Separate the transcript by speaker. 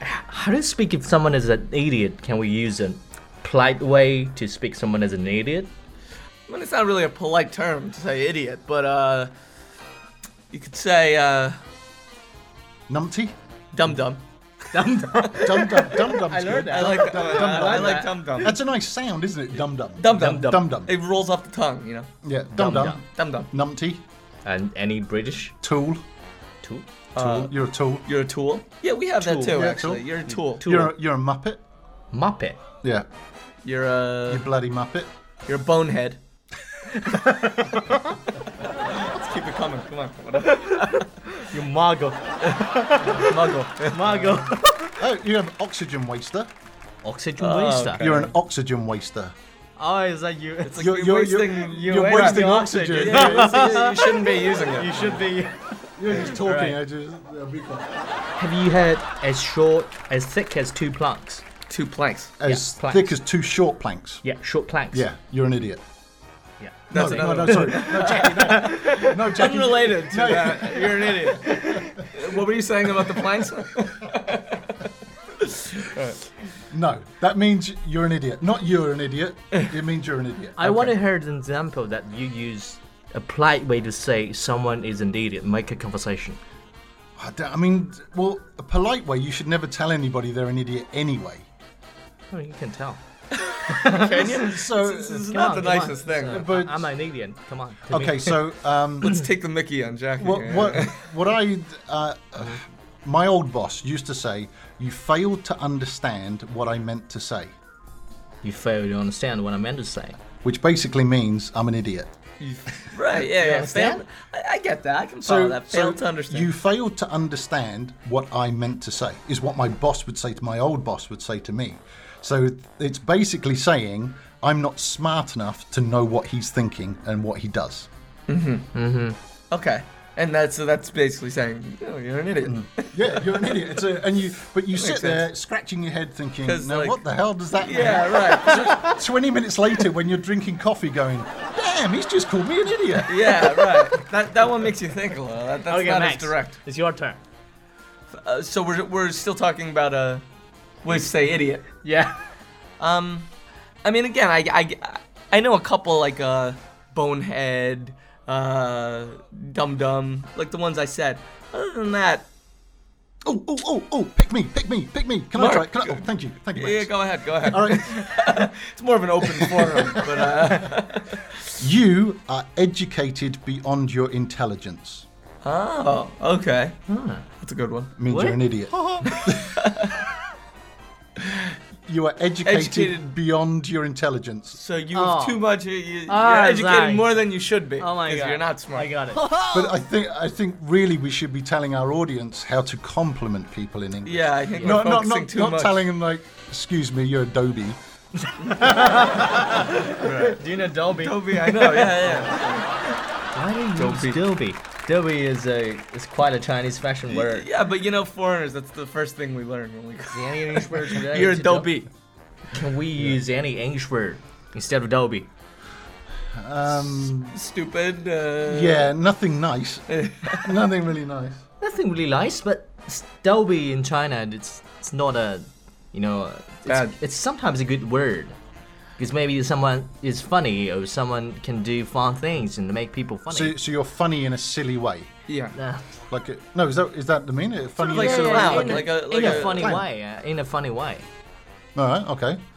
Speaker 1: how do you speak if someone is an idiot? Can we use a polite way to speak someone as an idiot?
Speaker 2: I mean, it's not really a polite term to say idiot, but uh, you could say uh,
Speaker 3: Numpty?
Speaker 2: dum dum.
Speaker 1: Dum dum.
Speaker 3: Dum dum dum dum.
Speaker 1: I learned that.
Speaker 2: I like dum dum. I like
Speaker 1: Dum
Speaker 2: dum dum.
Speaker 3: That's a nice sound, isn't it? Dum dum.
Speaker 2: Dum dum.
Speaker 1: Dum-dum.
Speaker 3: Dum dum.
Speaker 2: It rolls off the tongue, you know.
Speaker 3: Yeah. Dum dum.
Speaker 1: Dum-dum.
Speaker 2: Dum dum.
Speaker 3: Numpty.
Speaker 1: And any British
Speaker 3: Tool.
Speaker 1: too?
Speaker 3: Tool. You're a tool.
Speaker 2: Uh, You're a tool. Yeah, we have
Speaker 1: Tool.
Speaker 2: that too.
Speaker 3: Yeah,
Speaker 2: actually,
Speaker 3: tool.
Speaker 2: you're a tool.
Speaker 1: Tool.
Speaker 3: You're a, you're a muppet.
Speaker 1: Muppet.
Speaker 3: Yeah.
Speaker 2: You're
Speaker 3: You
Speaker 2: a
Speaker 3: bloody muppet.
Speaker 2: you're a bonehead. Let's keep it coming. Come on. Whatever.
Speaker 1: You muggle.
Speaker 2: Muggle.
Speaker 1: Muggle.
Speaker 3: Oh, you're an oxygen waster.
Speaker 1: Oxygen
Speaker 2: Oh,
Speaker 1: waster.
Speaker 2: okay.
Speaker 3: You're an oxygen waster.
Speaker 1: Oh, is that you?
Speaker 2: It's like
Speaker 3: You're-
Speaker 2: you're,
Speaker 3: you're-
Speaker 2: wasting.
Speaker 3: you're-
Speaker 2: your
Speaker 3: you're
Speaker 2: air.
Speaker 3: wasting
Speaker 2: Yeah,
Speaker 3: oxygen.
Speaker 2: Yeah, you see, you shouldn't be using it.
Speaker 1: you should be.
Speaker 3: You're just talking.
Speaker 2: Right.
Speaker 3: I just, it'll be fine.
Speaker 1: Have you had as short, as thick as two planks?
Speaker 2: Two planks.
Speaker 3: as
Speaker 1: planks.
Speaker 3: thick as two short planks.
Speaker 1: Yeah, short planks.
Speaker 3: Yeah, you're an idiot.
Speaker 1: Yeah.
Speaker 2: That's
Speaker 3: no,
Speaker 2: another one.
Speaker 3: no, no, sorry. No, Jackie, no. No, Jackie.
Speaker 2: Unrelated to that. You're an idiot. What were you saying about the planks?
Speaker 3: No, that means you're an idiot. Not you're an idiot. It means you're an idiot.
Speaker 1: I want to hear an example that you use a polite way to say someone is an idiot. Make a conversation.
Speaker 3: I, don't- I mean, well, a polite way, you should never tell anybody they're an idiot anyway.
Speaker 1: Oh, you can tell.
Speaker 3: So,
Speaker 2: This is
Speaker 1: Come
Speaker 2: not
Speaker 1: on,
Speaker 2: the
Speaker 1: come
Speaker 2: nicest
Speaker 1: on.
Speaker 2: thing.
Speaker 1: So,
Speaker 3: But-
Speaker 1: I- I'm an idiot. Come on. to me.
Speaker 3: okay, so um,
Speaker 2: Let's take the Mickey on Jackie.
Speaker 3: what,
Speaker 2: yeah.
Speaker 3: what, what I, uh, uh, my old boss used to say, you failed to understand what I meant to say,
Speaker 1: You fail to understand what I meant to say.
Speaker 3: which basically means I'm an idiot.
Speaker 2: Right? Yeah. yeah.
Speaker 1: understand?
Speaker 2: Fail- I, I get that. I can follow that. Fail to understand.
Speaker 3: You failed to understand what I meant to say, is what my boss would say to my old boss would say to me. So it's basically saying, I'm not smart enough to know what he's thinking and what he does.
Speaker 2: Okay. And that's so that's basically saying you know, you're an
Speaker 3: Mm.
Speaker 2: idiot.
Speaker 3: Yeah, you're an idiot. It's a, and you, but you sit
Speaker 2: Makes
Speaker 3: there
Speaker 2: sense.
Speaker 3: scratching your head thinking,
Speaker 2: 'Cause,
Speaker 3: now
Speaker 2: like-
Speaker 3: what the hell does that
Speaker 2: yeah. Right.
Speaker 3: mean? 20 minutes later, when you're drinking coffee, going, damn, he's just called me an idiot.
Speaker 2: yeah. Right. That that one makes you think a little. That, that's not as direct.
Speaker 1: It's your turn.
Speaker 2: Uh, so we're we're still talking about uh, we say idiot.
Speaker 1: Yeah.
Speaker 2: Um, I mean, again, I, I, I know a couple like uh, Bonehead, uh, Dum Dum, like the ones I said. Other than that,
Speaker 3: Oh, oh, oh, oh, pick me, pick me, pick me. Can
Speaker 2: Mark.
Speaker 3: I try? Can I? Oh, thank you. Thank you.
Speaker 2: yeah,
Speaker 3: Max.
Speaker 2: go ahead, go ahead.
Speaker 3: All right.
Speaker 2: It's more of an open forum, but uh,
Speaker 3: You are educated beyond your intelligence.
Speaker 2: oh, okay, that's a good one.
Speaker 3: Means
Speaker 1: What?
Speaker 3: you're an idiot. you are educated,
Speaker 2: Educated.
Speaker 3: beyond your intelligence.
Speaker 2: So you have
Speaker 1: Oh.
Speaker 2: too much. You, you,
Speaker 1: Ah,
Speaker 2: are educated
Speaker 1: Zach.
Speaker 2: more than you should be.
Speaker 1: Oh my god.
Speaker 2: Because you're not smart.
Speaker 1: I got it.
Speaker 3: But I think I think really we should be telling our audience how to compliment people in English.
Speaker 2: Yeah, I think
Speaker 3: No,
Speaker 2: we're
Speaker 3: not
Speaker 2: focusing
Speaker 3: not,
Speaker 2: too
Speaker 3: not
Speaker 2: much.
Speaker 3: telling them like, excuse me, you're Adobe.
Speaker 1: Do you know Dolby?
Speaker 2: Toby, I know. Yeah,
Speaker 1: Why do you
Speaker 2: Dolby.
Speaker 1: use Dolby? Dolby is a is quite a Chinese fashion
Speaker 2: yeah.
Speaker 1: word.
Speaker 2: yeah, but you know, foreigners. That's the first thing we learn when we.
Speaker 1: Any English word today
Speaker 2: You're
Speaker 1: to
Speaker 2: dopey.
Speaker 1: Dol- Can we use any English word instead of Dolby?
Speaker 3: Um,
Speaker 2: Stupid. Uh,
Speaker 3: yeah, nothing nice. nothing really nice.
Speaker 1: Nothing really nice, but s- Dolby in China, it's it's not a, you know,
Speaker 2: Bad.
Speaker 1: it's, it's sometimes a good word. Because maybe someone is funny or someone can do fun things and make people funny.
Speaker 3: So, so you're funny in a silly way.
Speaker 2: Yeah.
Speaker 1: Uh,
Speaker 3: Like, it, no, is that is that the meaning? Funny
Speaker 2: like
Speaker 3: in a
Speaker 2: so
Speaker 3: silly
Speaker 2: loud,
Speaker 3: way.
Speaker 1: in a,
Speaker 2: like a-
Speaker 1: in
Speaker 2: like
Speaker 1: a
Speaker 2: a-
Speaker 1: funny
Speaker 3: Clown.
Speaker 1: way, uh, in a funny way.
Speaker 3: All right, okay.